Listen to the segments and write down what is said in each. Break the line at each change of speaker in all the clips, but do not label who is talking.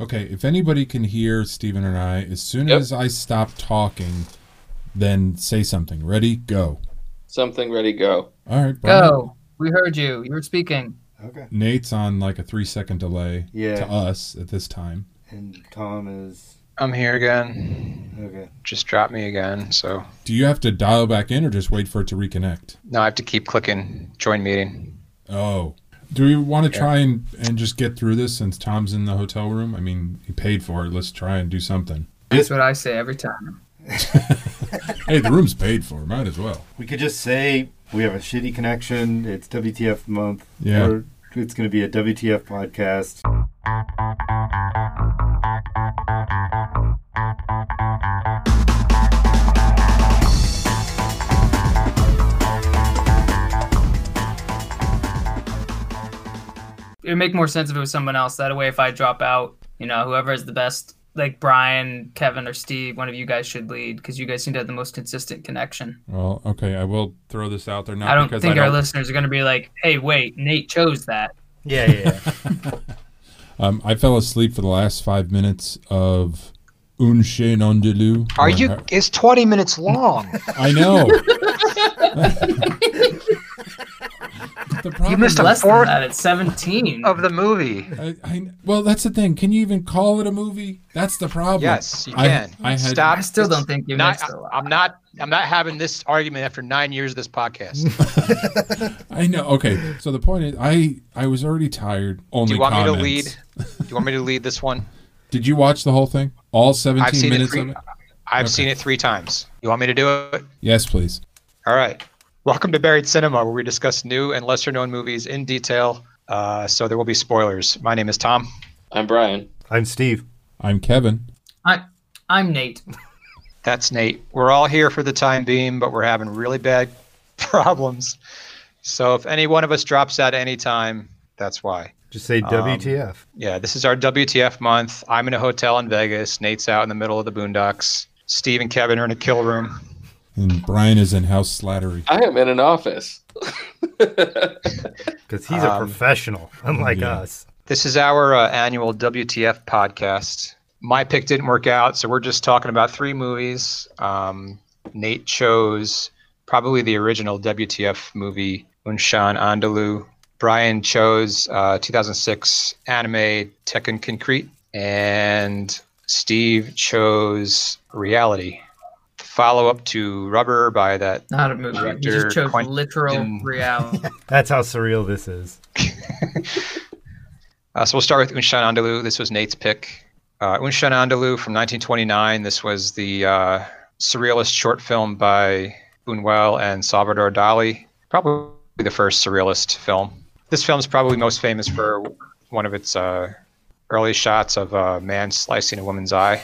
Okay, if anybody can hear Steven and I, as soon
Yep.
as I stop talking, then say something. Ready? Go.
Something ready, go.
All right, Brian.
Go. We heard you. You were speaking.
Okay.
Nate's on like a three second delay to
Yeah.
us at this time.
And Tom is
I'm here again.
okay.
Just dropped me again. So
Do you have to dial back in or just wait for it to reconnect?
now I have to keep clicking join meeting.
Oh. Do we want to
Yeah.
try and, and just get through this since Tom's in the hotel room? I mean, he paid for it. Let's try and do something.
That's what I say every time.
Hey, the room's paid for. Might as well.
We could just say we have a shitty connection. It's WTF month.
Yeah.
Or it's going to be a WTF podcast.
It would make more sense if it was someone else. That way, if I drop out, you know, whoever is the best, like Brian, Kevin, or Steve, one of you guys should lead because you guys seem to have the most consistent connection.
Well, okay, I will throw this out there now
I don't
because
think
I don't
our listeners are going to be like, hey, wait, Nate chose that.
Yeah, yeah, yeah.
Um, I fell asleep for the last five minutes of Un Chien Andalou.
Are you? It's 20 minutes long.
I know. the problem
You missed a
Less than
fourth
that. It's 17.
of the movie.
I, I, well, that's the thing. Can you even call it a movie? That's the problem.
Yes, you
I-
can.
I had-
Stop.
I still
It's
don't think you
Not,
missed a lot.
I'm not. I'm not having this argument after nine years of this podcast.
I know. Okay. So the point is, I I was already tired. Only
Do you want me to lead?
comments.
Do you want me to lead this one?
Did you watch the whole thing? All 17
I've seen it
minutes
three.
of it?
I've
Okay.
seen it three times. You want me to do it?
Yes, please.
All right. Welcome to Buried Cinema, where we discuss new and lesser known movies in detail. Uh, so there will be spoilers. My name is Tom.
I'm Brian.
I'm Steve.
I'm Kevin.
I, I'm Nate.
That's Nate. We're all here for the time being, but we're having really bad problems. So if any one of us drops out at any time, that's why.
Just say WTF.
Yeah, this is our WTF month. I'm in a hotel in Vegas. Nate's out in the middle of the boondocks. Steve and Kevin are in a kill room.
And Brian is in House Slattery.
I am in an office.
Because he's a
Um,
professional, unlike
yeah.
us.
This is our uh, annual WTF podcast. My pick didn't work out, so we're just talking about three movies. Um, Nate chose probably the original WTF movie, Unshan Andalou. Brian chose uh, 2006 anime Tekken Concrete, and Steve chose Reality, follow up to Rubber by that
Not a movie. You
Director
just chose
Quentin-
literal reality.
That's how surreal this is.
Uh, so we'll start with Unshan Andalu. This was Nate's pick. Uh, Unshan Andalu from 1929. This was the uh, surrealist short film by Buñuel and Salvador Dali. Probably the first surrealist film. This film's probably most famous for one of its uh, early shots of a man slicing a woman's eye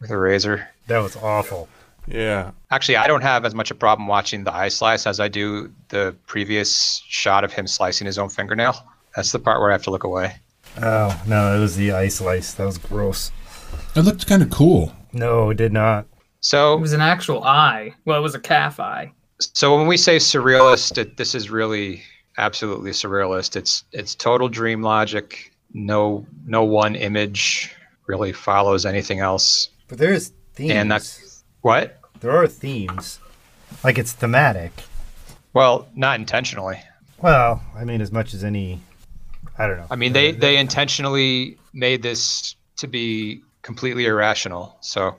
with a razor.
That was awful.
Yeah.
Actually, I don't have as much a problem watching the eye slice as I do the previous shot of him slicing his own fingernail. That's the part where I have to look away.
Oh no, it was the ice slice. That was gross.
It looked kind of cool.
No, it did not.
So
It was an actual eye. Well, it was a calf eye.
So when we say surrealist, it, this is really absolutely surrealist. It's it's total dream logic. No no one image really follows anything else.
But there is themes.
And that's what?
There are themes. Like it's thematic.
Well, not intentionally.
Well, I mean, as much as any. I don't know.
I mean, they they intentionally made this to be completely irrational. So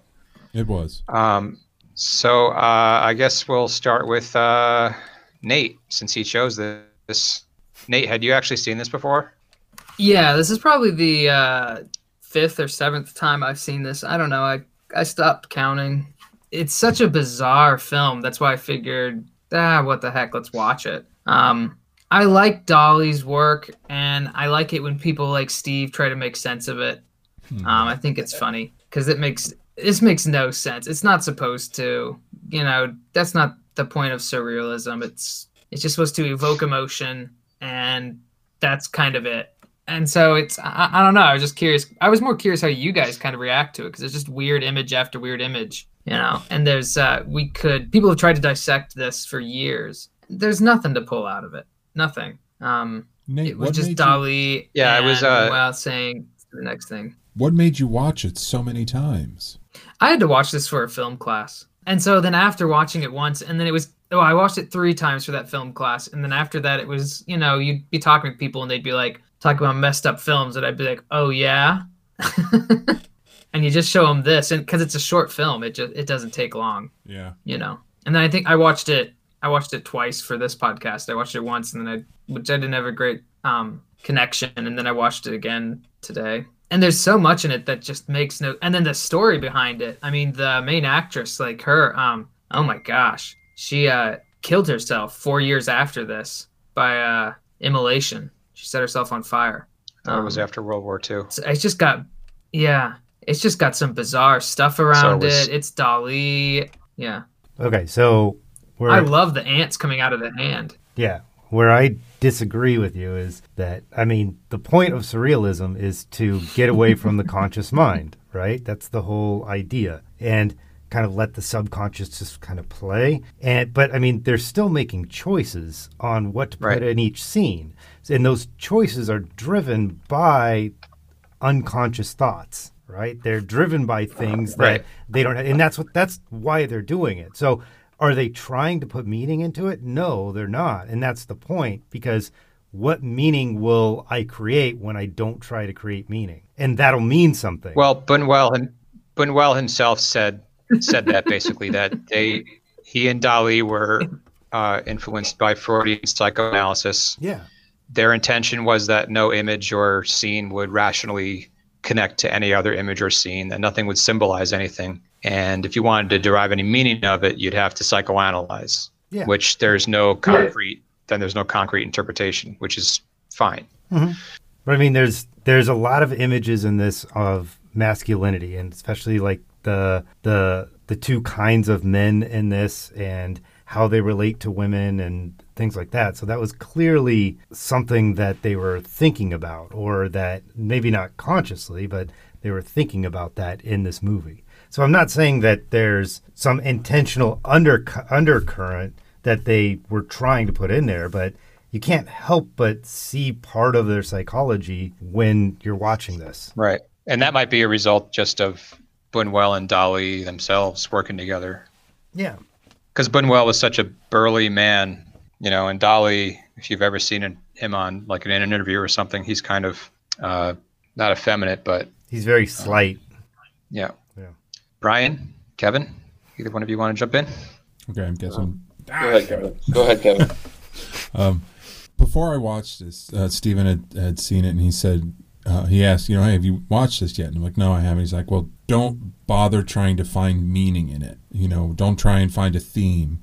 It was.
um, so uh, I guess we'll start with uh, Nate since he chose this. Nate, had you actually seen this before?
Yeah, this is probably the uh, fifth or seventh time I've seen this. I don't know. I I stopped counting. It's such a bizarre film. That's why I figured, ah, what the heck? Let's watch it. Um, I like Dolly's work, and I like it when people like Steve try to make sense of it. Um, I think it's funny because it makes this makes no sense. It's not supposed to. You know, that's not the point of surrealism. It's it's just supposed to evoke emotion, and that's kind of it. And so it's I, I don't know. I was just curious. I was more curious how you guys kind of react to it because it's just weird image after weird image, you know. And there's uh, we could people have tried to dissect this for years. There's nothing to pull out of it. Nothing. Um,
Nate,
it was
what
just
made you-
Dolly.
Yeah, it was,
and
uh,
Noel saying the next thing.
What made you watch it so many times?
I had to watch this for a film class. And so then after watching it once, and then it was, oh, I watched it three times for that film class. And then after that, it was, you know, you'd be talking to people and they'd be like, talking about messed up films. And I'd be like, oh, yeah. and you just show them this. And because it's a short film, it just, it doesn't take long,
Yeah.
you know. And then I think I watched it, I watched it twice for this podcast. I watched it once and then I, which I didn't have a great um, connection. And then I watched it again today and there's so much in it that just makes no and then the story behind it i mean the main actress like her um oh my gosh she uh killed herself four years after this by uh immolation she set herself on fire
That was
Um,
after World War II.
so it's just got yeah it's just got some bizarre stuff around it,
it was-
it's dolly yeah
Okay, so we're
i love the ants coming out of the hand
Yeah. Where I disagree with you is that, I mean, the point of surrealism is to get away from the conscious mind, right? That's the whole idea. And kind of let the subconscious just kind of play. And but I mean, they're still making choices on what to put
Right.
in each scene. And those choices are driven by unconscious thoughts, right? They're driven by things that
Right.
they don't and that's what that's why they're doing it. So are they trying to put meaning into it? No, they're not. And that's the point because what meaning will I create when I don't try to create meaning? And that'll mean something.
Well, Bunwell him- Bunwell himself said said that basically that they he and Dali were uh, influenced by Freudian psychoanalysis.
yeah.
Their intention was that no image or scene would rationally connect to any other image or scene, that nothing would symbolize anything. And if you wanted to derive any meaning of it, you'd have to psychoanalyze,
Yeah.
which there's no concrete. Then there's no concrete interpretation, which is fine.
But I mean, there's there's a lot of images in this of masculinity, and especially like the the the two kinds of men in this, and how they relate to women and things like that. So that was clearly something that they were thinking about, or that maybe not consciously, but they were thinking about that in this movie. So I'm not saying that there's some intentional under undercurrent that they were trying to put in there, but you can't help but see part of their psychology when you're watching this.
Right. And that might be a result just of Bunwell and Dolly themselves working together.
Yeah.
Because Bunwell was such a burly man, you know, and Dolly, if you've ever seen an- him on like in an interview or something, he's kind of uh, not effeminate, but
He's very slight.
yeah.
Yeah.
Brian, Kevin, either one of you want to jump in?
Okay, I'm guessing.
Go ahead, Kevin. Go ahead, Kevin.
Before I watched this, uh, Steven had, had seen it and he said, uh, he asked, you know, hey, have you watched this yet? And I'm like, no, I haven't. He's like, well, don't bother trying to find meaning in it. You know, don't try and find a theme.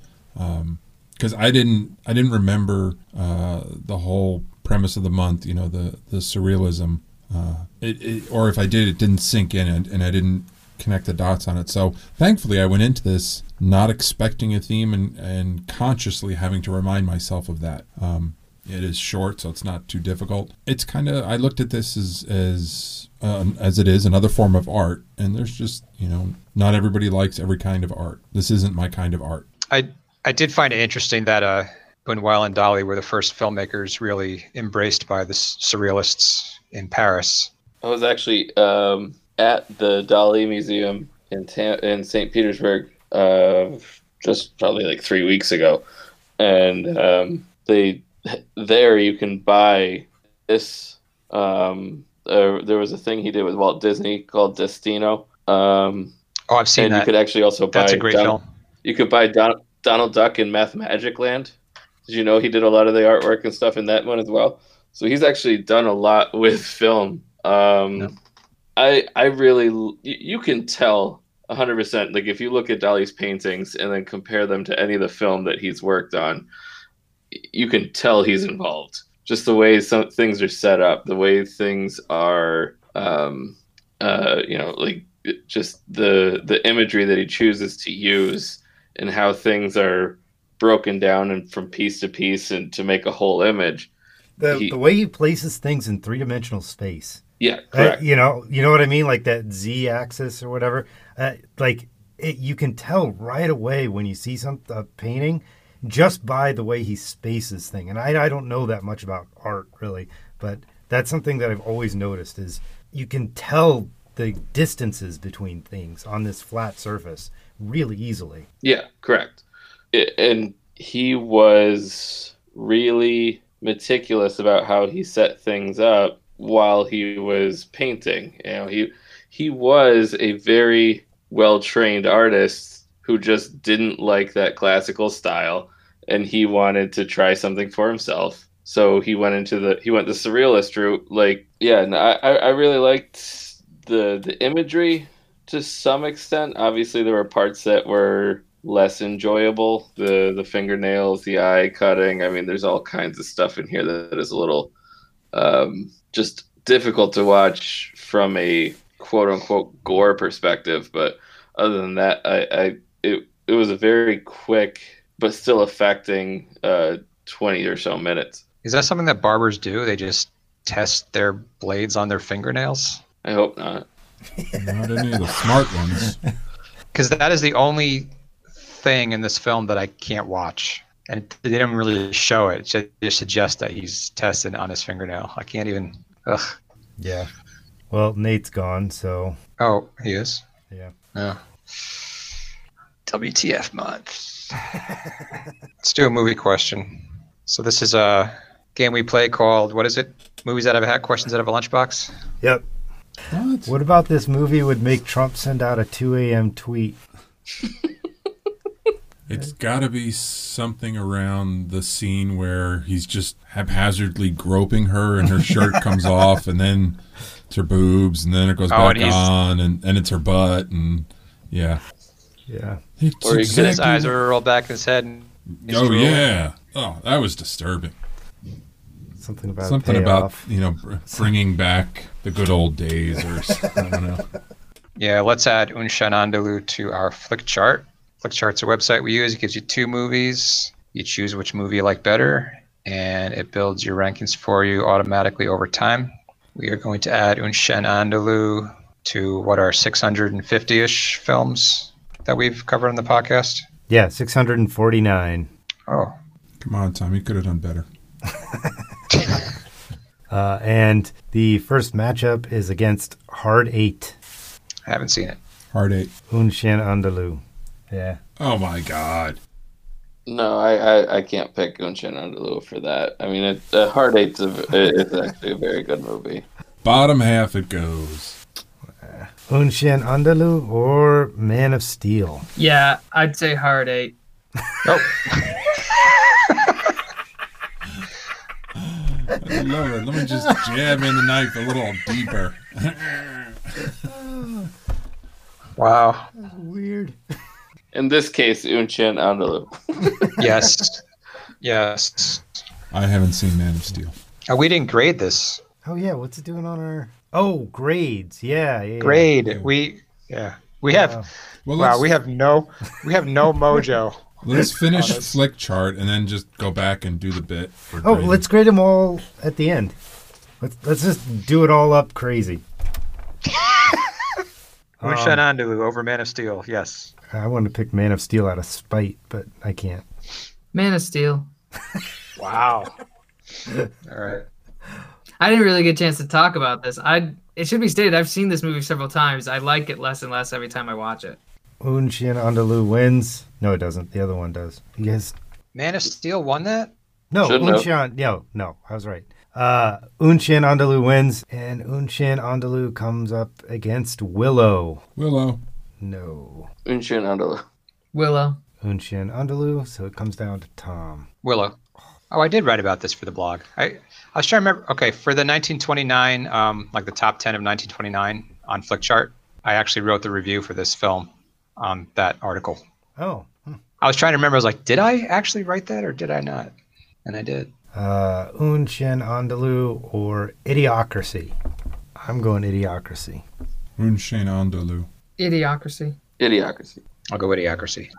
because I didn't I didn't remember uh, the whole premise of the month. You know, the the surrealism. Uh, it, it, or if I did, it didn't sink in, and, and I didn't connect the dots on it. So thankfully, I went into this not expecting a theme, and and consciously having to remind myself of that. Um, it is short, so it's not too difficult. It's kind of I looked at this as as um, as it is another form of art, and there's just you know not everybody likes every kind of art. This isn't my kind of art.
I I did find it interesting that uh, Bunuel and Dolly were the first filmmakers really embraced by the s- surrealists in Paris.
I was actually um, at the Dali Museum in Ta- in St. Petersburg uh, just probably like three weeks ago, and um, they there you can buy this. Um, uh, there was a thing he did with Walt Disney called Destino, um,
Oh, I've seen
and you
that.
could actually also buy.
That's a great
Don-
film.
You could buy Don- Donald Duck in Math Magic Land. Did you know he did a lot of the artwork and stuff in that one as well? So he's actually done a lot with film. Um,
Yeah.
I I really l- y- you can tell 100% like if you look at Dolly's paintings and then compare them to any of the film that he's worked on, y- you can tell he's involved. Just the way some things are set up, the way things are um, uh, you know, like it- just the the imagery that he chooses to use and how things are broken down and from piece to piece and to make a whole image.
The,
He-
the way he places things in three dimensional space.
Yeah,
Uh,
correct.
you know, you know what I mean, like that Z axis or whatever. Uh, like it, you can tell right away when you see some a painting, just by the way he spaces thing. And I, I don't know that much about art really, but that's something that I've always noticed is you can tell the distances between things on this flat surface really easily.
Yeah, correct. I and he was really meticulous about how he set things up while he was painting. You know, he he was a very well trained artist who just didn't like that classical style and he wanted to try something for himself. So he went into the he went the surrealist route. Like yeah, and I, I really liked the the imagery to some extent. Obviously there were parts that were less enjoyable. The the fingernails, the eye cutting. I mean there's all kinds of stuff in here that is a little um, just difficult to watch from a quote unquote gore perspective. But other than that, I, I it it was a very quick but still affecting uh, twenty or so minutes.
Is that something that barbers do? They just test their blades on their fingernails?
I hope not.
Not any of the smart ones.
Because that is the only thing in this film that I can't watch. And they didn't really show it. It just suggests that he's tested on his fingernail. I can't even. Ugh.
Yeah. Well, Nate's gone, so
Oh, he is. Oh.
yeah.
Yeah. WTF month. Let's do a movie question. So this is a game we play called what is it? Movies out of a hat, questions out of a lunchbox.
Yep.
What?
What about this movie would make Trump send out a 2 a.m. tweet?
It's got to be something around the scene where he's just haphazardly groping her and her shirt comes off and then it's her boobs and then it goes
Oh,
back
and he's-
on and, and it's her butt and yeah.
Yeah.
It's
Or he could-
And His eyes are rolled back in his head. And he's
Oh
drooling.
yeah. Oh, that was disturbing.
Something about
Something about,
payoff.
you know, br- bringing back the good old days or s- I don't know.
Yeah, let's add Unshanandalu to our flick chart. Flick chart's a website we use. It gives you two movies. You choose which movie you like better, and it builds your rankings for you automatically over time. We are going to add Unshanandalu to what are 650 ish films that we've covered on the podcast.
Yeah, 649.
Oh,
Come on, Tom, you could have done better.
Uh, and the first matchup is against Hard 8,
I haven't seen it.
Heartache.
Unshan Andalu. Yeah.
Oh my god.
No, I, I, I can't pick Gunshin Underloo for that. I mean, it, uh, Heart Eight's a, it's actually a very good movie.
Bottom half it goes.
Unshan Andalu or Man of Steel?
Yeah, I'd say hard eight.
Oh,
I love it. Let me just jab in the knife a little deeper.
Wow.
Weird.
In this case, Unchin Underloo.
Yes. yes.
I haven't seen Man of Steel.
Oh, we didn't grade this.
Oh, yeah. What's it doing on our. Oh, grades. Yeah. yeah, yeah.
Grade. We, yeah. We
Wow.
have,
Well,
wow,
let's,
we have no, we have no mojo.
let's finish
Honest.
flick chart and then just go back and do the bit. For
Oh,
grading.
let's grade them all at the end. Let's, let's just do it all up crazy. Um,
Unshanandalu over Man of Steel. Yes.
I want to pick Man of Steel out of spite, but I can't.
Man of Steel.
Wow. All right.
I didn't really get a chance to talk about this. I it should be stated I've seen this movie several times. I like it less and less every time I watch it.
Unshin Andalu wins. No, it doesn't. The other one does. You guys.
Man of Steel won that?
No,
Shouldn't have.
Unshin. No, no, I was right. Uh, Unshin Andalu wins, and Unshin Andalu comes up against Willow.
Willow.
No.
Unchin Underloo.
Willow.
Unshin Andalu, so it comes down to Tom.
Willow. Oh, I did write about this for the blog. I, I was trying to remember. Okay, for the 1929, um, like the top 10 of 1929 on Flickchart, I actually wrote the review for this film on that article.
Oh. hmm.
I was trying to remember. I was like, did I actually write that or did I not? And I did.
Uh, Unshin Andalu or Idiocracy. I'm going Idiocracy.
Unshane Andalu.
Idiocracy.
Idiocracy.
I'll go Idiocracy.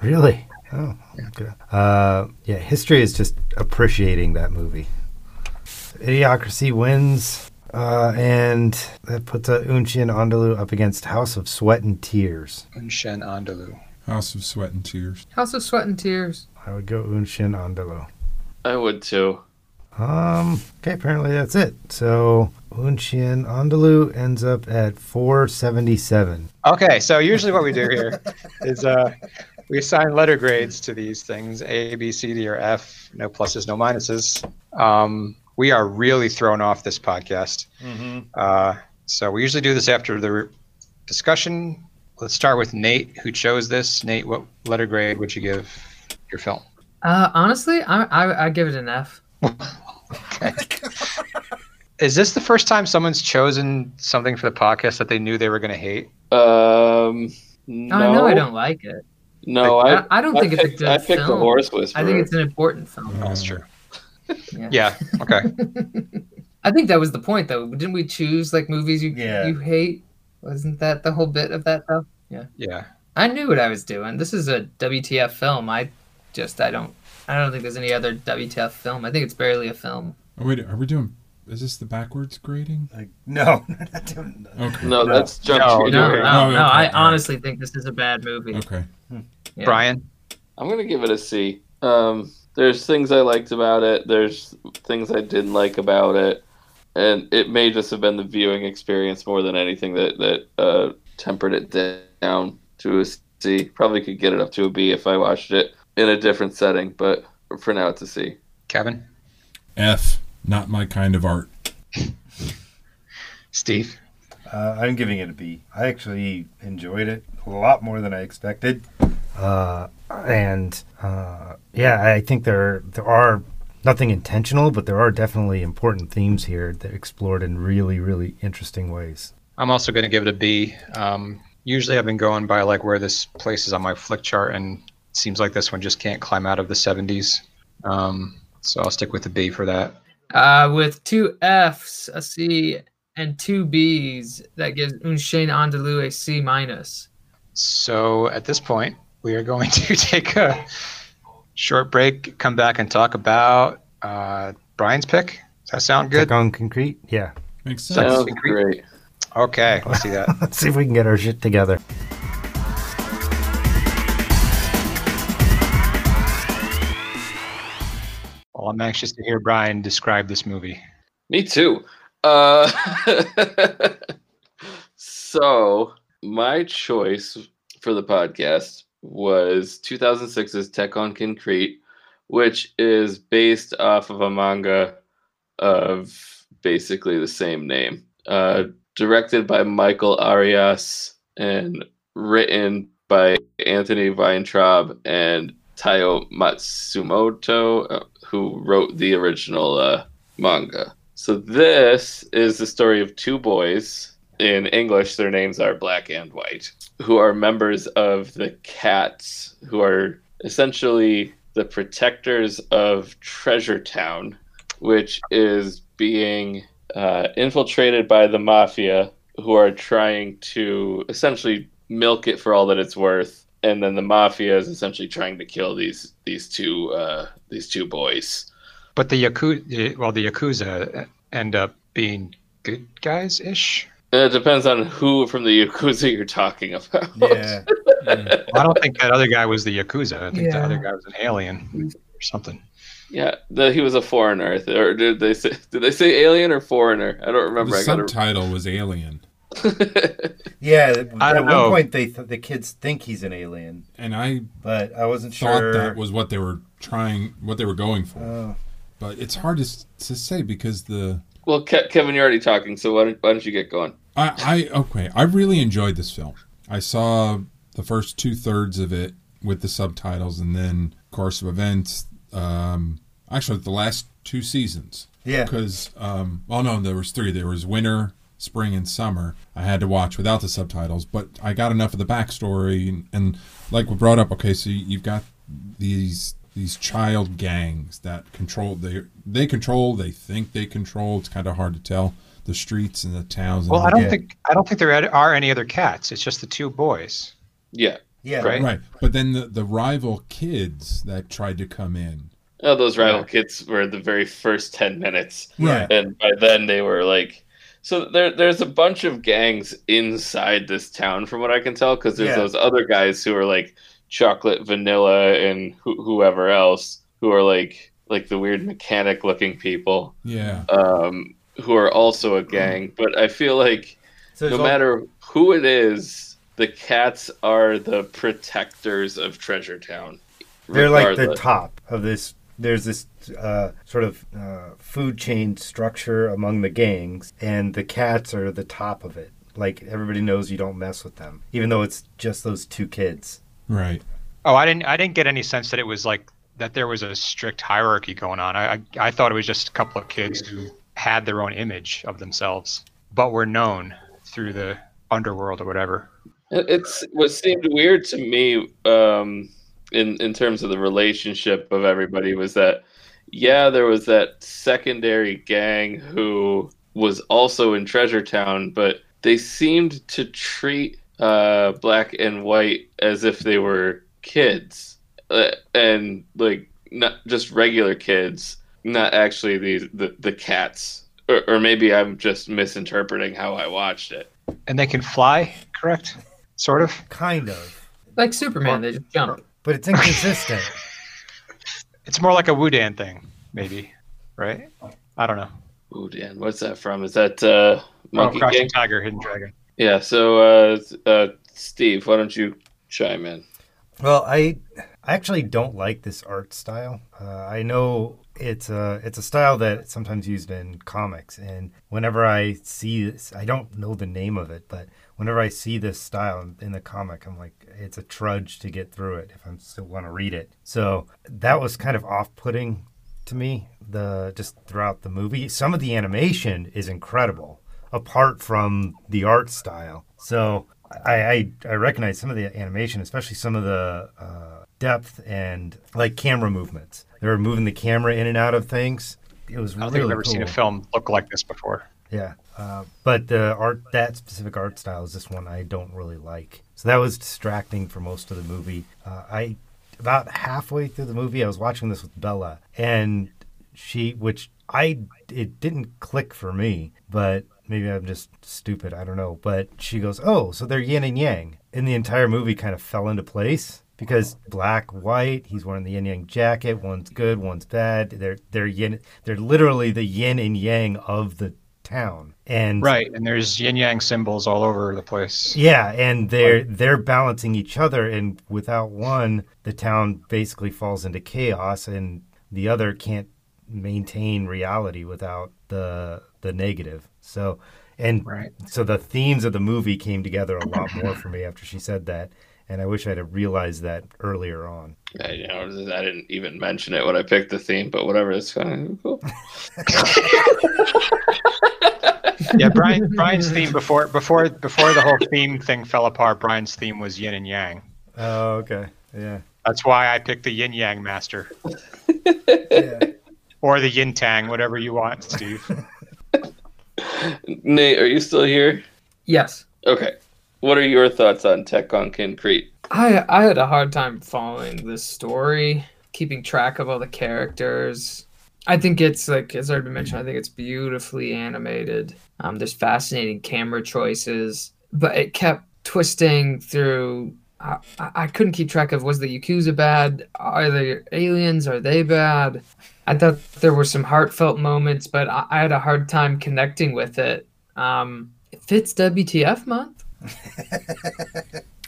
Really? Oh, okay. Uh, yeah, history is just appreciating that movie. Idiocracy wins, uh, and that puts uh, Unshin Andalu up against House of Sweat and Tears.
Unshen Andalu.
House of Sweat and Tears.
House of Sweat and Tears.
I would go Unshin Andalu.
I would too.
Um, okay, apparently that's it. So Unchien Andalu ends up at 477.
Okay, so usually what we do here is uh, we assign letter grades to these things A, B, C, D, or F. No pluses, no minuses. Um, we are really thrown off this podcast. Uh, so we usually do this after the re- discussion. Let's start with Nate, who chose this. Nate, what letter grade would you give your film?
Uh, honestly, I, I I give it an F.
Is this the first time someone's chosen something for the podcast that they knew they were going to hate?
Um, no,
Oh, No. I know I don't like it.
No,
I,
I,
I don't think it's a
picked,
good
I picked
film.
the Horse Whisperer.
I think it's an important film.
Oh, that's true. Yeah. Okay.
I think that was the point, though. Didn't we choose like movies you
Yeah.
you hate? Wasn't that the whole bit of that though?
Yeah.
I knew what I was doing. This is a WTF film. I just I don't I don't think there's any other WTF film. I think it's barely a film.
Oh, wait, are we doing? Is this the backwards grading?
Like, no, not doing that.
Okay.
no,
No.
that's Jump
No,
Street.
No, no,
okay.
no.
Oh,
I
okay.
honestly think this is a bad movie.
Okay.
Yeah.
Mm-hmm. Brian.
I'm gonna give it a C. Um, there's things I liked about it. There's things I didn't like about it, and it may just have been the viewing experience more than anything that that uh, tempered it down to a C. Probably could get it up to a B if I watched it in a different setting, but for now it's a C.
Kevin.
F. Not my kind of art.
Steve.
Uh, I'm giving it a B. I actually enjoyed it a lot more than I expected. Uh, and uh, yeah, I think there there are nothing intentional, but there are definitely important themes here that are explored in really, really interesting ways.
I'm also going to give it a B. Um, usually I've been going by like where this place is on my flick chart, and it seems like this one just can't climb out of the 70s. Um, so I'll stick with the B for that.
Uh, with two Fs, a C, and two Bs, that gives Unchain Andalou a C minus.
So at this point, we are going to take a short break, come back and talk about uh, Brian's pick. Does that sound good?
Check on concrete, yeah.
Makes sense.
Sounds
Sounds Oh, great.
Okay, let's see that.
Let's see if we can get our shit together.
Well, I'm anxious to hear Brian describe this movie.
Me too. Uh, so my choice for the podcast was 2006's Tech on Concrete, which is based off of a manga of basically the same name, uh, directed by Michael Arias and written by Anthony Weintraub and Tayo Matsumoto, uh, who wrote the original uh, manga. So this is the story of two boys. In English, their names are black and white, who are members of the Cats, who are essentially the protectors of Treasure Town, which is being uh, infiltrated by the mafia, who are trying to essentially milk it for all that it's worth. And then the mafia is essentially trying to kill these these two uh, these two boys.
But the Yakuza, well, the Yakuza end up being good guys ish.
It depends on who from the Yakuza you're talking about.
I don't think that other guy was the Yakuza. I think the
Yeah.
other guy was an alien or something.
yeah, the, he was a foreigner. Or did they say did they say alien or foreigner? I don't remember.
The
I gotta-
subtitle was Alien,
Yeah,
I don't
at
at one know.
one point
point
they the kids think he's an alien,
and I
but I wasn't
thought
sure. Oh,
that was what they were trying, what they were going for. but it's hard to, s- to say because the
well, Ke- Kevin, you're already talking, so why don't, why don't you get going?
I, I okay. I really enjoyed this film. I saw the first two thirds of it with the subtitles, and then course of events. Um, actually, the last two seasons
yeah,
because um, well, no, there was three. There was winter, spring, and summer. I had to watch without the subtitles, but I got enough of the backstory and, and like we brought up. Okay, so you've got these these child gangs that control they they control. They think they control. It's kind of hard to tell the streets and the towns. And
Well, I don't
Yeah.
think I don't think there ad- are any other cats. It's just the two boys.
Yeah,
yeah,
Right.
Right, but then the, the rival kids that tried to come in.
oh, those rival
Yeah.
kids were the very first ten minutes,
yeah.
and by then they were like. So there, there's a bunch of gangs inside this town, from what I can tell, because there's
Yeah.
those other guys who are like chocolate, vanilla, and who whoever else who are like like the weird mechanic looking people.
Yeah,
um, who are also
Hmm.
a gang, but I feel like
So
no
it's all-
matter who it is, the cats are the protectors of Treasure Town.
they're like the
regardless.
top of this. There's this uh, sort of uh, food chain structure among the gangs, and the cats are the top of it. Like everybody knows, you don't mess with them, even though it's just those two kids.
Right.
Oh, I didn't. I didn't get any sense that it was like that. There was a strict hierarchy going on. I, I, I thought it was just a couple of kids who had their own image of themselves, but were known through the underworld or whatever.
It- It's what seemed weird to me um, in in terms of the relationship of everybody was that yeah, there was that secondary gang who was also in Treasure Town, but they seemed to treat uh, black and white as if they were kids uh, and like not just regular kids, not actually the the, the cats. Or, or maybe I'm just misinterpreting how I watched it.
And they can fly, correct? Sort of.
Kind of,
Like Superman, they just jump.
but it's inconsistent.
It's more like a Wudan thing, maybe, right? I don't know.
Ooh, Dan, what's that from? Is that uh,
Oh,
Monkey
Crouching
King?
Tiger, Hidden Dragon.
Yeah. So, uh, uh, Steve, why don't you chime in?
Well, I I actually don't like this art style. Uh, I know it's a it's a style that is sometimes used in comics, and whenever I see this, I don't know the name of it, but whenever I see this style in- in the comic, I'm like, it's a trudge to get through it if I still want to read it. So that was kind of off putting to me. The just throughout the movie, some of the animation is incredible, apart from the art style. So I, I, I recognize some of the animation, especially some of the uh, depth and like camera movements. They were moving the camera in and out of things. It was
I don't
really
think I've ever
cool.
seen a film look like this before.
Yeah, uh, but the art that specific art style is just one I don't really like. So that was distracting for most of the movie. Uh, I about halfway through the movie, I was watching this with Bella, and she, which I it didn't click for me, but maybe I'm just stupid. I don't know. But she goes, "Oh, so they're yin and yang," and the entire movie kind of fell into place. Because black, white, he's wearing the yin yang jacket. One's good, one's bad. They're they're yin. They're literally the yin and yang of the town. And
Right, and there's yin yang symbols all over the place.
yeah, and they're they're balancing each other, and without one, the town basically falls into chaos, and the other can't maintain reality without the the negative. So, and
Right.
so the themes of the movie came together a lot more for me after she said that, and I wish I'd have realized that earlier on.
I, you know, I didn't even mention it when I picked the theme, but whatever. It's kind of cool.
yeah, Brian Brian's theme before before before the whole theme thing fell apart, Brian's theme was yin and yang.
Oh, okay, yeah,
That's why I picked the yin yang master
yeah.
or the yin tang, whatever you want, Steve.
Nate, are you still here?
Yes.
Okay. What are your thoughts on Tech on Concrete?
I I had a hard time following this story, keeping track of all the characters. I think it's like as I already mentioned, I think it's beautifully animated. Um, there's fascinating camera choices, but it kept twisting through. I, I I couldn't keep track of was the Yakuza bad? Are they aliens? Are they bad? I thought there were some heartfelt moments, but I, I had a hard time connecting with it. Um, it fits WTF month.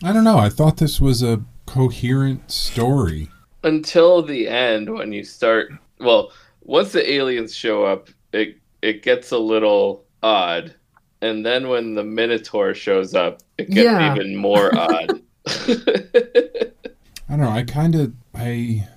I don't know. I thought this was a coherent story.
until the end when you start well once the aliens show up it it gets a little odd and then when the minotaur shows up it gets
Yeah.
even more odd
I don't know. I kind of I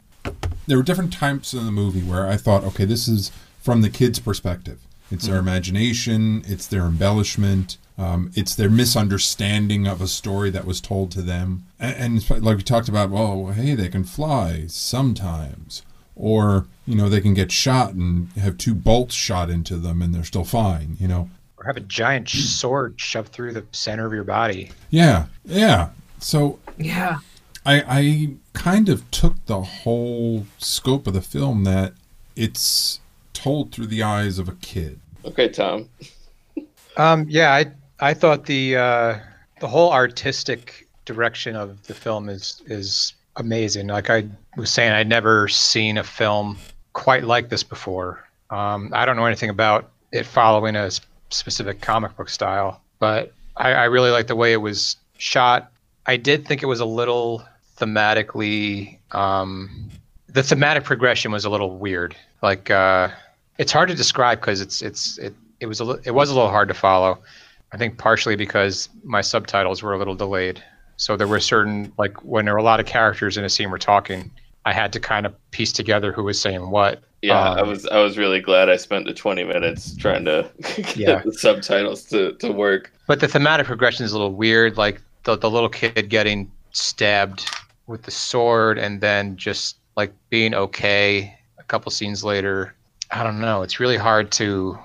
there were different times in the movie where I thought, okay, this is from the kids' perspective. It's their imagination. It's their embellishment. Um, it's their misunderstanding of a story that was told to them. And, and it's like we talked about, well, hey, they can fly sometimes, or you know, they can get shot and have two bolts shot into them, and they're still fine. You know,
Or have a giant sh- sword shoved through the center of your body.
Yeah, yeah. So
Yeah.
I, I kind of took the whole scope of the film that it's told through the eyes of a kid.
okay tom
Um, yeah, I I thought the uh, the whole artistic direction of the film is is amazing. Like I was saying, I'd never seen a film quite like this before. Um, I don't know anything about it following a s- specific comic book style. But I, I really like the way it was shot. I did think it was a little thematically. Um, the thematic progression was a little weird. Like uh, it's hard to describe because it's it's it it was a li- it was a little hard to follow. I think partially because my subtitles were a little delayed. So there were certain like when there were a lot of characters in a scene were talking, I had to kind of piece together who was saying what.
Yeah, I
Um,
was I was really glad I spent the 20 minutes trying to get
Yeah.
the subtitles to, to work.
But the thematic progression is a little weird, like the the little kid getting stabbed with the sword and then just like being okay a couple scenes later. I don't know. It's really hard to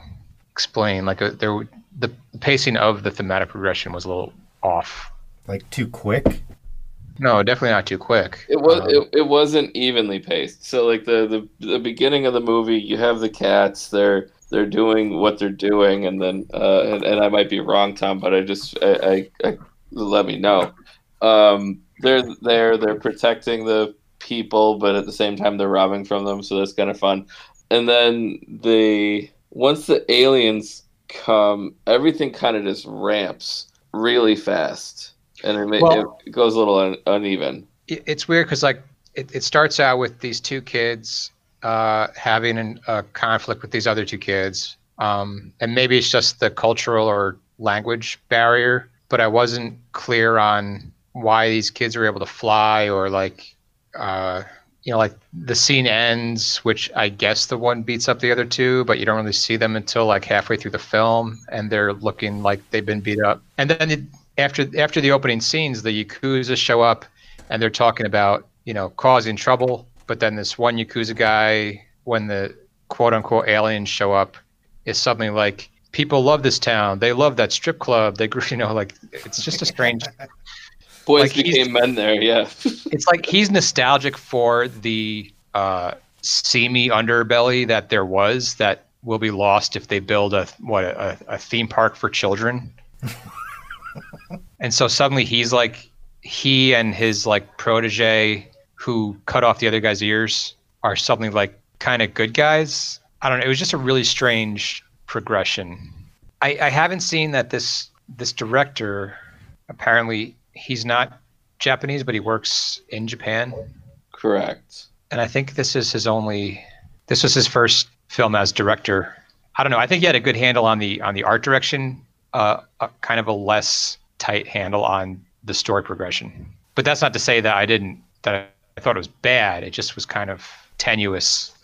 explain. Like uh, there, the pacing of the thematic progression was a little off.
Like too quick.
No, definitely not too quick.
It was
Um,
it, it wasn't evenly paced. So like the, the the beginning of the movie, you have the cats. They're they're doing what they're doing, and then uh, and, and I might be wrong, Tom, but I just I, I, I let me know. Um, they're there. They're protecting the people, but at the same time, they're robbing from them. So that's kind of fun. And then the once the aliens come, everything kind of just ramps really fast, and it, ma-
Well-
it goes a little un- uneven.
it- it's weird because like it, it starts out with these two kids uh, having an, a conflict with these other two kids um, and maybe it's just the cultural or language barrier but i wasn't clear on why these kids were able to fly or like uh, you know like the scene ends which i guess the one beats up the other two but you don't really see them until like halfway through the film and they're looking like they've been beat up and then it, after after the opening scenes the yakuza show up and they're talking about you know causing trouble but then this one yakuza guy when the quote unquote aliens show up is something like people love this town they love that strip club they grew you know like it's just a strange
Boys
Like, he's-
became men there, yeah.
it's like he's nostalgic for the uh seamy underbelly that there was that will be lost if they build a what a, a theme park for children and so suddenly he's like he and his like protege who cut off the other guy's ears are suddenly like kind of good guys i don't know it was just a really strange progression i i haven't seen that this this director apparently he's not Japanese, but he works in Japan.
Correct.
And I think this is his only. This was his first film as director. I don't know. I think he had a good handle on the on the art direction. Uh, a, kind of a less tight handle on the story progression. But that's not to say that I didn't that I thought it was bad. It just was kind of tenuous.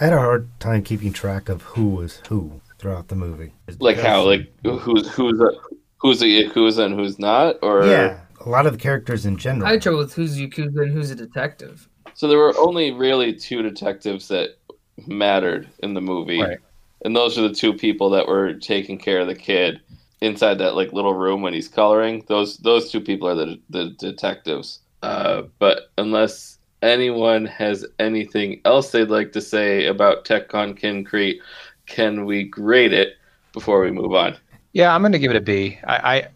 I had a hard time keeping track of who was who throughout the movie.
Like how, like who's who's a who's a yakuza and who's not, or
Yeah, a lot of the characters in general.
I had trouble with who's Yakuza and who's a detective.
so there were only really two detectives that mattered in the movie,
Right.
and those are the two people that were taking care of the kid inside that like little room when he's coloring. Those those two people are the the detectives. Uh, but unless anyone has anything else they'd like to say about TechCon Concrete, can we grade it before we move on?
Yeah, I'm going to give it a B. I, I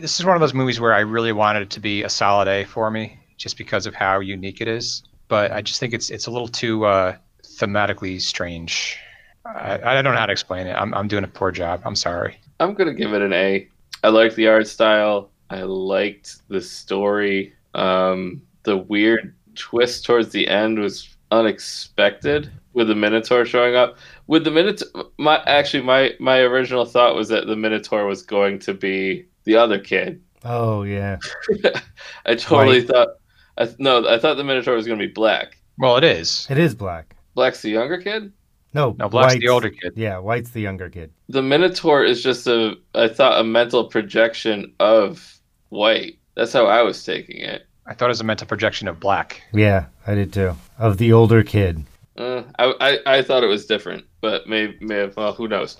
this is one of those movies where I really wanted it to be a solid A for me, just because of how unique it is. But I just think it's it's a little too uh, thematically strange. I, I don't know how to explain it. I'm I'm doing a poor job. I'm sorry.
I'm gonna give it an A. I liked the art style. I liked the story. Um, the weird twist towards the end was unexpected with the Minotaur showing up. With the Minotaur, my actually my my original thought was that the Minotaur was going to be the other kid.
oh yeah,
I totally thought. I, th- no, I thought the Minotaur was going to be black.
Well, it is.
it is black.
Black's the younger kid.
No,
No, Black's the
White's-
older kid.
Yeah, White's the younger kid.
The Minotaur is just a I thought a mental projection of white. That's how I was taking it.
I thought it was a mental projection of Black.
Yeah, I did too. Of the older kid.
Uh, I, I I thought it was different, but may may have, well, who knows?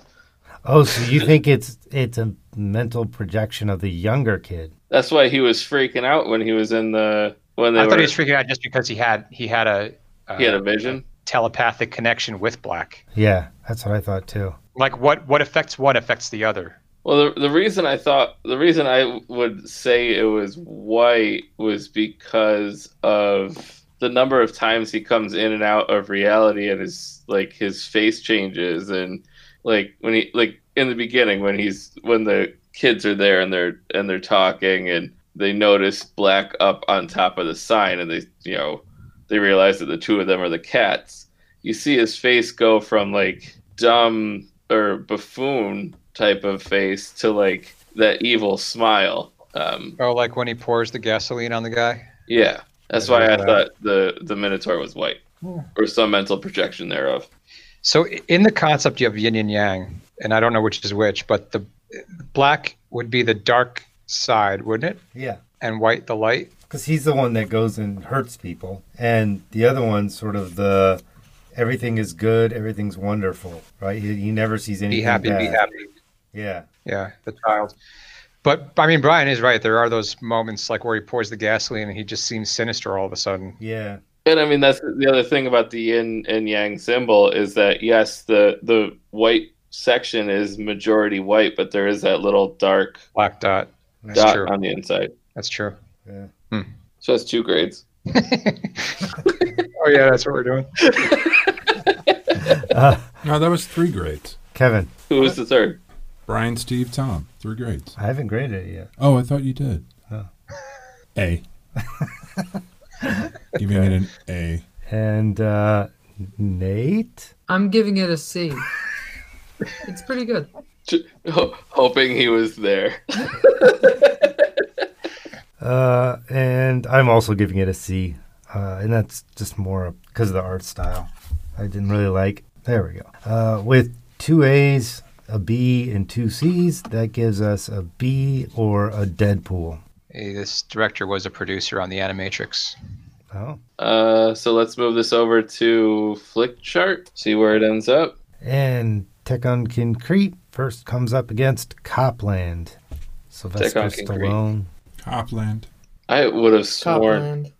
Oh, so you think it's it's a mental projection of the younger kid?
That's why he was freaking out when he was in the when they
I
were.
thought he was freaking out just because he had he had a uh,
he had a vision.
telepathic connection with Black.
Yeah, that's what I thought too.
Like what what affects one affects the other.
Well, the the reason I thought the reason I would say it was white was because of the number of times he comes in and out of reality and his like his face changes and like when he like in the beginning when he's when the kids are there and they're and they're talking and they notice black up on top of the sign and they you know they realize that the two of them are the cats you see his face go from like dumb or buffoon type of face to like that evil smile um
Oh, like when he pours the gasoline on the guy.
yeah that's why i
Yeah.
thought the the minotaur was white
Yeah.
or some mental projection thereof
So i- in the concept you have yin and yang, and I don't know which is which, but the black would be the dark side, wouldn't it?
Yeah.
And white the light.
Because he's the one that goes and hurts people, and the other one's sort of the everything is good, everything's wonderful, right? He, he never sees anything
Be happy,
bad.
be happy.
Yeah,
Yeah, the child. But I mean, Brian is right. There are those moments like where he pours the gasoline and he just seems sinister all of a sudden.
yeah,
And I mean, that's the other thing about the yin and yang symbol is that yes, the the white section is majority white, but there is that little dark
Black dot. That's
dot um,
true.
on the inside.
That's true.
yeah.
So that's two grades.
Oh yeah, that's what we're doing.
Uh,
No, that was three grades.
Kevin,
Who was the third?
Brian, Steve, Tom, three grades.
I haven't graded it yet.
Oh, I thought you did.
Oh.
A. Giving it an A.
And uh, Nate,
I'm giving it a C. it's pretty good.
Ch- ho- hoping he was there.
uh, and I'm also giving it a C, uh, and that's just more because of the art style. I didn't really like. There we go. Uh, with two A's, a B, and two C's, that gives us a B or a Deadpool.
Hey, this director was a producer on the Animatrix.
Oh.
Uh, so let's move this over to flick chart. See where it ends up.
And Tekonkin Creep first comes up against Copland. Sylvester
Tekonkin Creep.
Stallone.
Copland.
I would have sworn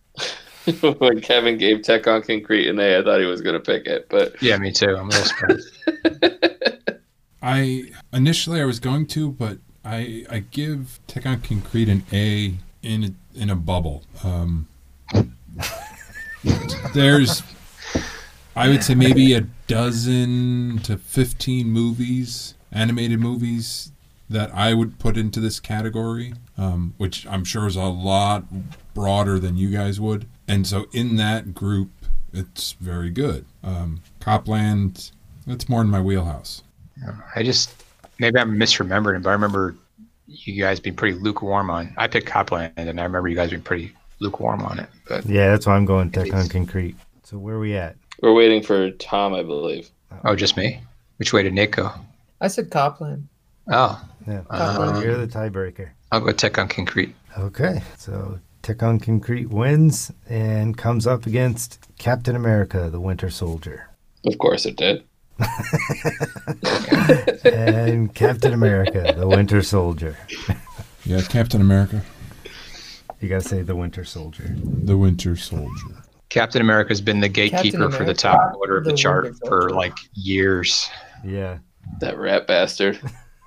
Copland.
when Kevin gave Tech on Concrete an A, I thought he was going to pick it, but
Yeah, me too. I'm a little surprised.
I initially I was going to, but I I give Tech on Concrete an A in a, in a bubble. Um, there's I would say maybe a dozen to fifteen movies, animated movies that I would put into this category, um, which I'm sure is a lot broader than you guys would. And so in that group, it's very good. Um, Copland, that's more in my wheelhouse.
I just maybe I'm misremembering, but I remember you guys being pretty lukewarm on. I picked Copland, and I remember you guys being pretty lukewarm on it. But
Yeah, that's why I'm going
It is.
Tekonkin Creep. So where are we at?
we're waiting for Tom, I believe.
oh, just me. Which way did Nick go?
I said Copland.
Oh,
Yeah.
Um,
You're the tiebreaker.
I'll go Tech on Concrete.
Okay. So Tekonkin Creep wins and comes up against Captain America, the Winter Soldier.
Of course it did.
and Captain America, the Winter Soldier.
Yeah, Captain America,
You got to say the Winter Soldier.
the Winter Soldier.
Captain America's been the gatekeeper for the
America,
top order of the
the
chart
Winter Soldier.
for like years.
Yeah.
That rat bastard.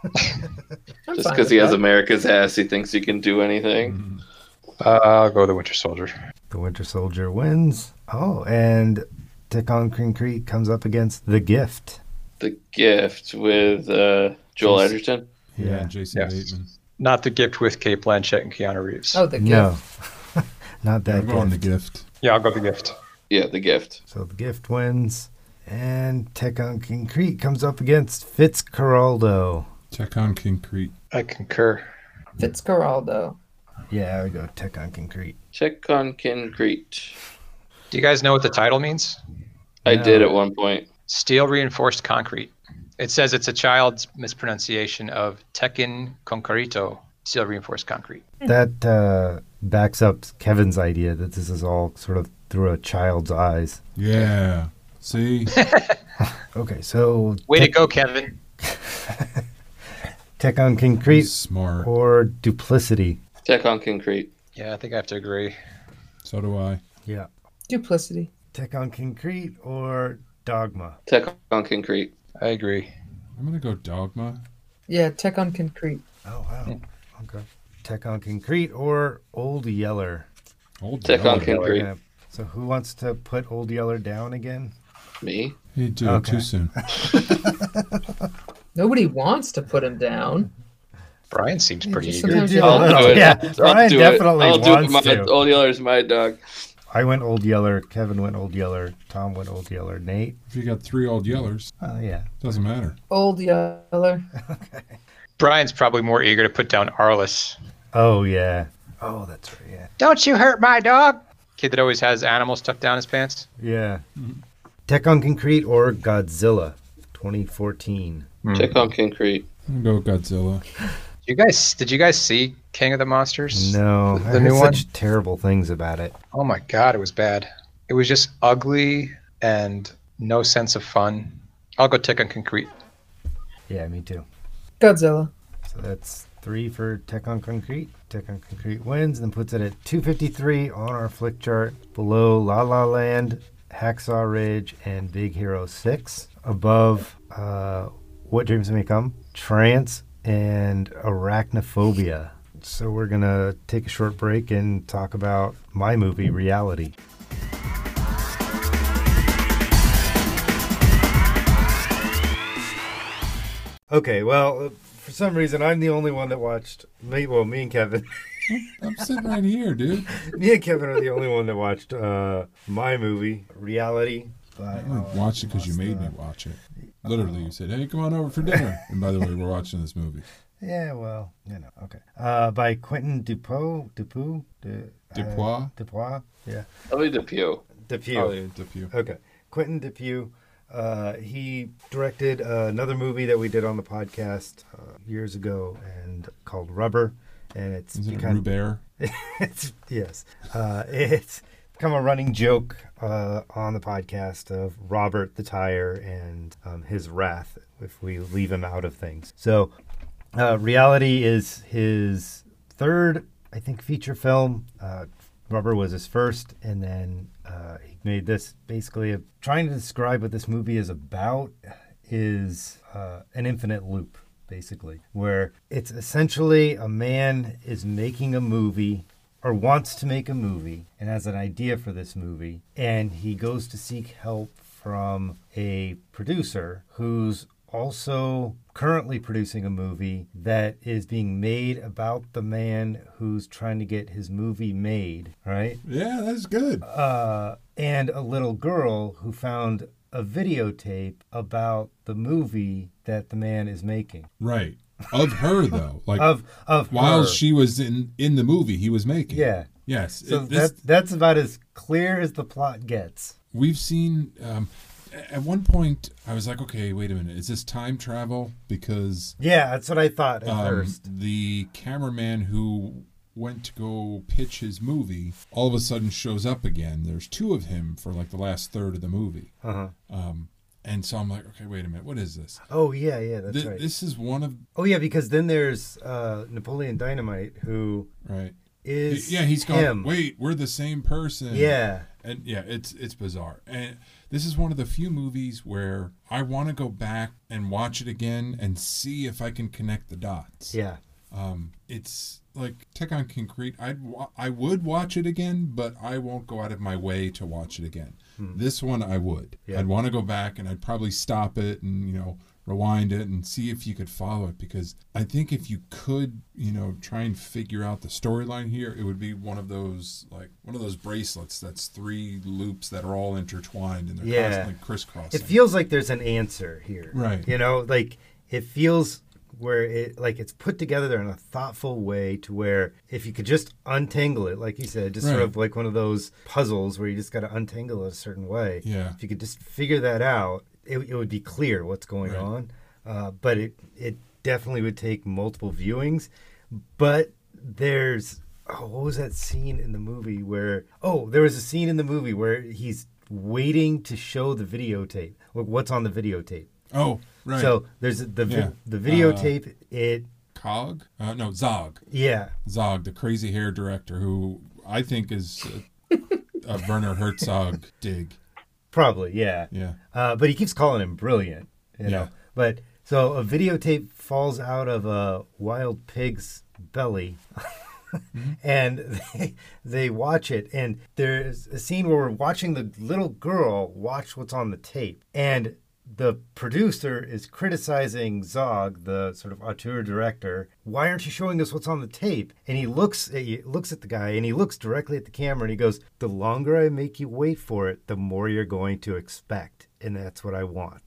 I'm
Just
fine
because
with
he has
that.
America's ass, he thinks he can do anything.
Mm-hmm.
Uh, I'll go the Winter Soldier.
The Winter Soldier wins. Oh, and Tekonkin Creep comes up against The Gift.
The gift with uh, Joel
Yes.
Edgerton.
Yeah, Jason
Yes.
Bateman.
Not the gift with Kate Blanchett and Keanu Reeves.
Oh, the gift.
No. Not that
I'm going
gift.
the gift.
Yeah, I'll go the gift.
Yeah, the gift.
So the gift wins, and Tekonkin Creek comes up against Fitzcarraldo.
Check on concrete.
I concur.
Fitzcarraldo.
Yeah, we go Tekonkin Creek.
Check on concrete.
Do you guys know what the title means?
I
No.
did at one point.
Steel reinforced concrete. It says it's a child's mispronunciation of Tekken Concreto, steel reinforced concrete.
That uh, backs up Kevin's idea that this is all sort of through a child's eyes.
Yeah. See?
Okay, so
Way to go, Kevin.
Tekonkin
He's
Creek
smart.
or duplicity.
Check on concrete.
Yeah, I think I have to agree.
So do I.
Yeah,
Duplicity.
Tekonkin Creek or dogma.
Check on concrete.
I agree.
I'm going to go dogma.
Yeah, tech on concrete.
Oh wow. Okay. Tekonkin Creek or old Yeller.
Old
Check on
Yeller.
concrete.
Yeah. So who wants to put old Yeller down again?
Me?
Hey, dude,
Okay.
too soon.
Nobody wants to put him down.
Brian seems pretty
Just
eager.
sometimes you
I'll
gotta-
do it.
Yeah,
I'll
Brian
do
definitely
it. I'll do it.
wants
My,
to. Mm-hmm.
Old Yeller's my dog.
I went old yeller. Kevin went old yeller. Tom went old yeller. Nate.
If you got three old yellers,
Oh yeah.
doesn't matter.
Old Yeller.
Brian's probably more eager to put down Arliss.
Oh yeah. Oh, that's right. Yeah.
Don't you hurt my dog. Kid that always has animals tucked down his pants.
Yeah. Tech on Mm-hmm. Concrete or Godzilla, 2014.
Check on concrete.
I'm gonna go with Godzilla.
You guys, did you guys see King of the Monsters?
No,
The
I heard
new one?
such terrible things about it.
Oh my god, it was bad. It was just ugly and no sense of fun. I'll go tick on concrete.
Yeah, me too.
Godzilla.
So that's three for Tech on Concrete. Tech on Concrete wins and puts it at 253 on our flick chart. Below La La Land, Hacksaw Ridge, and Big Hero 6. Above uh, What Dreams May Come, Trance, and Arachnophobia. So we're going to take a short break and talk about my movie, Reality. Okay, well, uh, for some reason, I'm the only one that watched. Me, well, me and Kevin,
I'm sitting right here, dude.
me and Kevin are the only one that watched uh, my movie, Reality.
I
But
only watched it because you made me watch it. Literally, you said, "Hey, come on over for dinner." And by the way, we're watching this movie.
yeah, well, you know, okay. Uh, by Quentin Dupo, Dupu, Du- uh,
Dupois.
Dupois, yeah,
Ellie DePew.
Depew.
Oh, yeah, Depew.
Okay. Quentin Depew. Uh, he directed uh, another movie that we did on the podcast uh, years ago, and called Rubber, and it's
Isn't it
become-
Rubert?
it's, yes, uh, it's become a running joke uh, on the podcast of Robert the Tire and um, his wrath if we leave him out of things. So, uh, reality is his third, I think, feature film. Uh, Rubber was his first, and then uh, he made this. Basically, of trying to describe what this movie is about is uh, an infinite loop basically, where it's essentially a man is making a movie or wants to make a movie and has an idea for this movie, and he goes to seek help from a producer who's also currently producing a movie that is being made about the man who's trying to get his movie made, right?
Yeah, that's good.
uh, and a little girl who found a videotape about the movie that the man is making
Right. Of her though, like
of of
while
her.
she was in in the movie he was making.
yeah.
Yes.
So
it- this-
that that's about as clear as the plot gets.
we've seen um, a- at one point I was like, okay, wait a minute, is this time travel? Because
Yeah, that's what I thought at
um,
first.
the cameraman who went to go pitch his movie all of a sudden shows up again. There's two of him for like the last third of the movie.
Uh-huh.
Um, and so I'm like, okay, wait a minute, what is this?
Oh yeah, yeah, that's
Th-
right.
This is one of
oh yeah, because then there's uh, Napoleon Dynamite who
right.
is
yeah, he's gone.
him.
Wait, we're the same person.
Yeah,
and yeah, it's it's bizarre. And this is one of the few movies where I want to go back and watch it again and see if I can connect the dots.
yeah,
Um, it's like Tech on Concrete. I'd wa- I would watch it again, but I won't go out of my way to watch it again. This one I would.
Hmm. Yeah.
I'd want to go back and I'd probably stop it and you know rewind it and see if you could follow it because I think if you could you know try and figure out the storyline here, it would be one of those like one of those bracelets that's three loops that are all intertwined and they're
Yeah.
constantly crisscrossing.
it feels like there's an answer here.
Right.
You know, like it feels where it like it's put together in a thoughtful way to where if you could just untangle it, like you said, just sort
Right.
of like one of those puzzles where you just got to untangle it a certain way.
yeah.
if you could just figure that out, it, it would be clear what's going
Right.
on. Uh, but it it definitely would take multiple viewings. But there's oh, what was that scene in the movie where oh there was a scene in the movie where he's waiting to show the videotape. Like what's on the videotape?
Oh, right.
So there's the vi-
Yeah. Uh.
the videotape. it
Cog? Uh, no, Zog.
yeah
Zog, the crazy hair director, who I think is a, a Werner Herzog dig.
probably yeah.
Yeah,
Uh, but he keeps calling him brilliant, you know.
Yeah.
But so a videotape falls out of a wild pig's belly, and they, they watch it. And there's a scene where we're watching the little girl watch what's on the tape, and the producer is criticizing Zog, the sort of auteur director. Why aren't you showing us what's on the tape? And he looks at you, looks at the guy and he looks directly at the camera and he goes, "The longer I make you wait for it, the more you're going to expect, and that's what I want."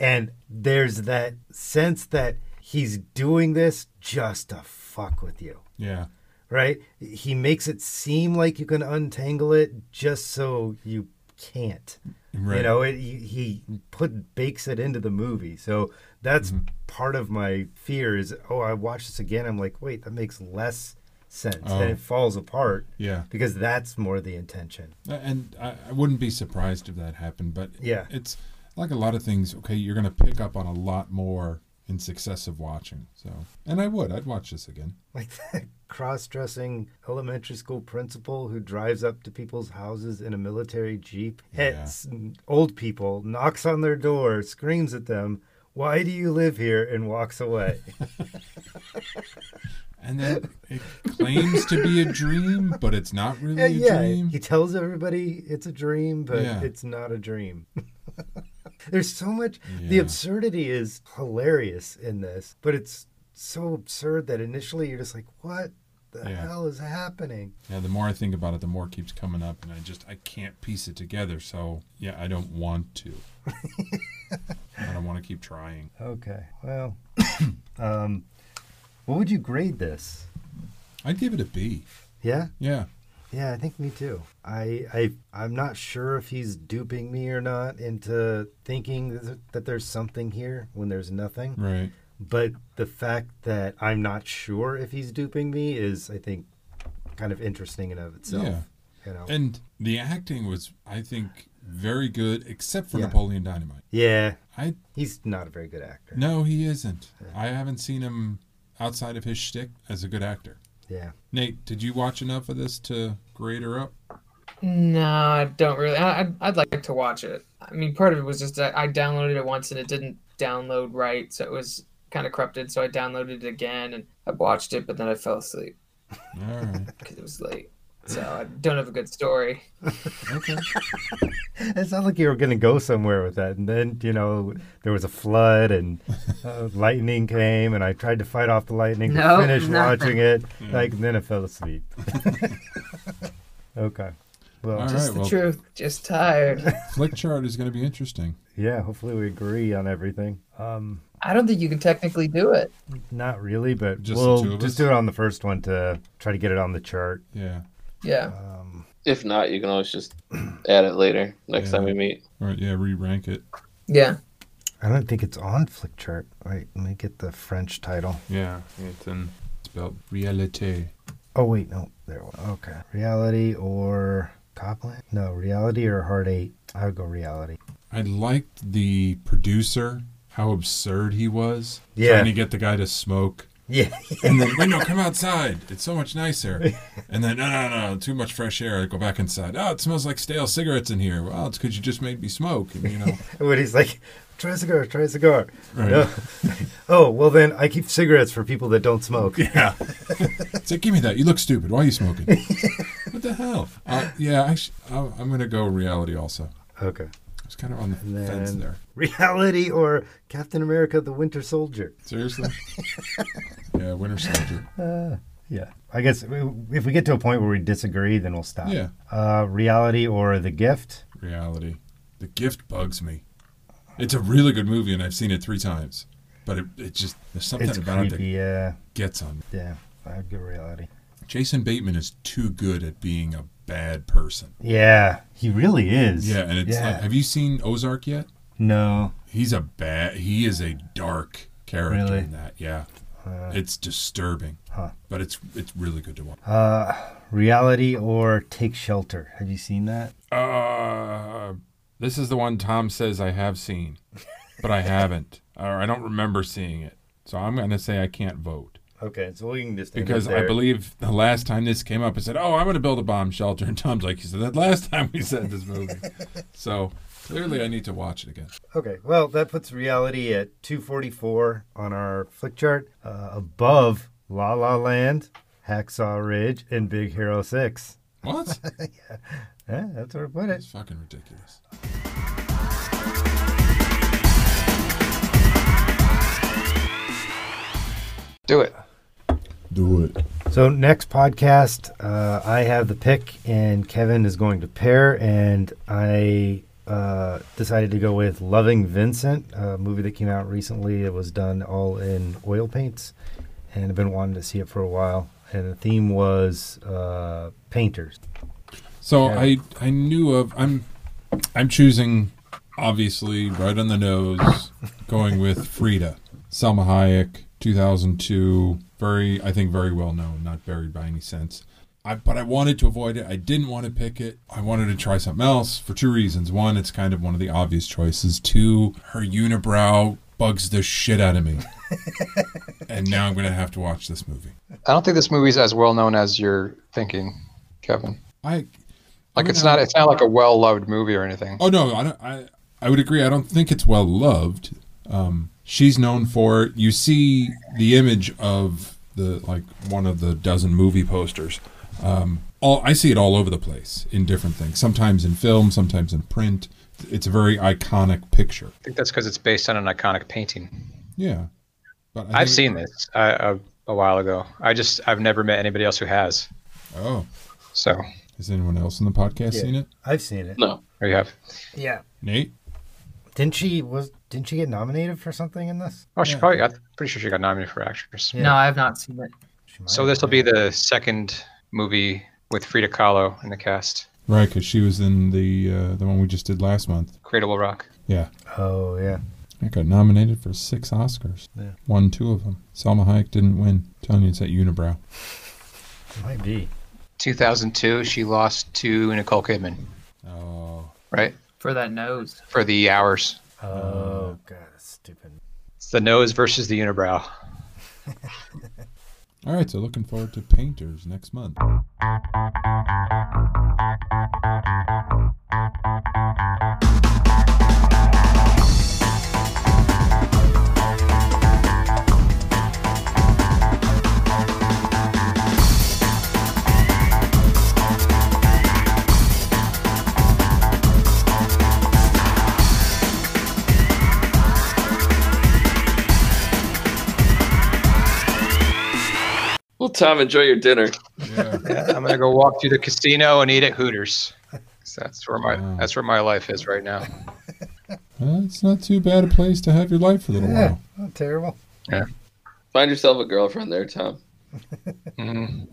And there's that sense that he's doing this just to fuck with you
Yeah.
right? He makes it seem like you can untangle it just so you can't.
Right.
You know, it, he- he put bakes it into the movie. So that's
Mm-hmm.
part of my fear is, oh, I watch this again. I'm like, wait, that makes less sense.
Oh.
And it falls apart
Yeah.
because that's more the intention.
And I, I wouldn't be surprised if that happened, but
Yeah.
it's like a lot of things. Okay, you're going to pick up on a lot more in successive watching. So, and I would, I'd watch this again.
Like that cross-dressing elementary school principal who drives up to people's houses in a military jeep, hits old people, knocks on their door, screams at them, "Why do you live here?" and walks away.
And then it claims to be a dream, but it's not really
Uh, yeah,
a dream.
he tells everybody it's a dream, but
Yeah.
it's not a dream. There's so much. The
Yeah.
absurdity is hilarious in this, but it's so absurd that initially you're just like, "What the
Yeah.
hell is happening?"
Yeah, the more I think about it, the more it keeps coming up, and I just I can't piece it together. So yeah, I don't want to. I don't want to keep trying.
Okay. Well, um, what would you grade this?
I'd give it a B.
Yeah.
Yeah,
Yeah, I think me too. I, I I'm not sure if he's duping me or not into thinking that there- that there's something here when there's nothing.
right.
But the fact that I'm not sure if he's duping me is, I think, kind of interesting in of itself.
Yeah.
You know.
And the acting was, I think, very good, except for
Yeah.
Napoleon Dynamite.
yeah.
I
He's not a very good actor.
no, he isn't. I haven't seen him outside of his shtick as a good actor.
Yeah.
Nate, did you watch enough of this to grade her up?
No, I don't really. I, I'd, I'd like to watch it. I mean, part of it was just that I downloaded it once and it didn't download right, so it was kind of corrupted. So I downloaded it again and I watched it, but then I fell asleep
All right.
because it was late. So I don't have a good story.
Okay.
It sounded like you were going to go somewhere with that. And then, you know, there was a flood and uh, lightning came, and I tried to fight off the lightning
No,
to finish
nothing.
watching it.
Mm.
Like, then I fell asleep. okay. Well,
All
Just
right,
the
well-
truth. Just tired.
Flick chart is going to be interesting.
yeah, hopefully we agree on everything. Um,
I don't think you can technically do it.
not really, but
Just the two
we'll
of us?
just do it on the first one to try to get it on the chart.
Yeah.
Yeah.
Um,
If not, you can always just add it later next
Yeah.
time we meet.
All right. Yeah. Re-rank it.
Yeah.
I don't think it's on Flick Chart. Wait, let me get the French title.
Yeah, it's in spelled reality.
Oh wait, no, there. it was. Okay, reality or Copland? No, reality or Heart Eight. I would go reality.
I liked the producer, how absurd he was.
Yeah.
Trying to get the guy to smoke.
Yeah,
And then, wait, no, come outside. It's so much nicer. And then, no, no, no, too much fresh air. go back inside. Oh, it smells like stale cigarettes in here. Well, it's because you just made me smoke. And, you know,
when he's like, try a cigar, try a cigar.
Right.
No. oh well, then I keep cigarettes for people that don't smoke.
yeah. it's like, give me that. You look stupid. Why are you smoking? what the hell? Uh, yeah, I sh- I- I'm going to go reality also.
Okay,
I was kind of on the
And then-
fence there.
reality or Captain America: The Winter Soldier.
Seriously? yeah, Winter Soldier.
Yeah, I guess if we get to a point where we disagree, then we'll stop.
Yeah.
Uh, reality or The Gift.
reality. The gift bugs me. It's a really good movie, and I've seen it three times. But it, it just there's something
It's
about
creepy.
it
Yeah,
that gets on me.
yeah. I'd go reality.
Jason Bateman is too good at being a bad person.
Yeah, he really is.
Yeah, and it's uh, like, have you seen Ozark yet?
no.
He's a bad. He is a dark character
Really?
in that. Yeah,
Uh,
it's disturbing.
Huh.
But it's it's really good to watch.
Uh, reality or Take Shelter. Have you seen that?
Uh, this is the one Tom says I have seen, but I haven't, or I don't remember seeing it. So I'm gonna say I can't vote.
Okay, so we can just end
Because
it
I
there.
believe the last time this came up, I said, "Oh, I'm going to build a bomb shelter," and Tom's like, "You said that last time we said this movie." so clearly, I need to watch it again.
Okay, well that puts reality at 244 on our flick chart, uh, above La La Land, Hacksaw Ridge, and Big Hero Six.
What?
Yeah, that's where I put it.
It's fucking ridiculous.
Do it.
Do it.
So next podcast, uh, I have the pick, and Kevin is going to pair, and I uh, decided to go with "Loving Vincent," a movie that came out recently. It was done all in oil paints, and I've been wanting to see it for a while. And the theme was uh, painters.
So
Yeah.
I I knew of I'm I'm choosing obviously right on the nose going with Frida Selma Hayek 2002 very I think very well known not buried by any sense I, but I wanted to avoid it I didn't want to pick it I wanted to try something else for two reasons one it's kind of one of the obvious choices two her unibrow bugs the shit out of me and now I'm gonna have to watch this movie
I don't think this movie's as well known as you're thinking, Kevin.
I mean,
Like it's
I-
not it's not like a well loved movie or anything.
Oh no, I don't. I I would agree. I don't think it's well loved. Um, she's known for you see the image of the like one of the dozen movie posters. Um, all I see it all over the place in different things. Sometimes in film, sometimes in print. It's a very iconic picture.
I think that's because it's based on an iconic painting.
Yeah, but I
I've
think-
seen this uh, uh, a while ago. I just I've never met anybody else who has.
Oh,
So
has anyone else in the podcast
Yeah.
seen it?
I've seen it.
No.
there you have.
Yeah.
Nate.
Didn't she was? Didn't she get nominated for something in this?
Oh, she
Yeah.
probably. I'm pretty sure she got nominated for actress.
Yeah.
No, I have not seen it.
She might
So
have.
this will be the second movie with Frida Kahlo in the cast.
Right, because she was in the uh, the one we just did last month.
Cradle Rock.
Yeah,
Oh yeah.
I got nominated for six Oscars.
Yeah.
Won two of them. Salma Hayek didn't win. telling you, it's that unibrow.
It might be.
2002, she lost to Nicole Kidman,
Oh.
right?
For that nose.
For the hours.
Oh
Uh,
god, that's stupid.
It's the nose versus the unibrow.
All right, so looking forward to Painters next month.
Well, Tom, enjoy your dinner.
Yeah.
Yeah, I'm gonna go walk through the casino and eat at Hooters. 'Cause That's where my
Wow.
that's where my life is right now.
Well, it's not too bad a place to have your life for a little
Yeah,
while.
not Oh, terrible.
Find yourself a girlfriend there, Tom.
Mhm.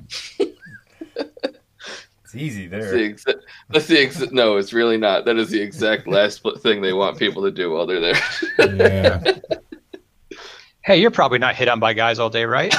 It's easy
That's the
there.
exa- that's the ex- no, it's really not. That is the exact last pl- thing they want people to do while they're there.
Yeah.
Hey, you're probably not hit on by guys all day, right?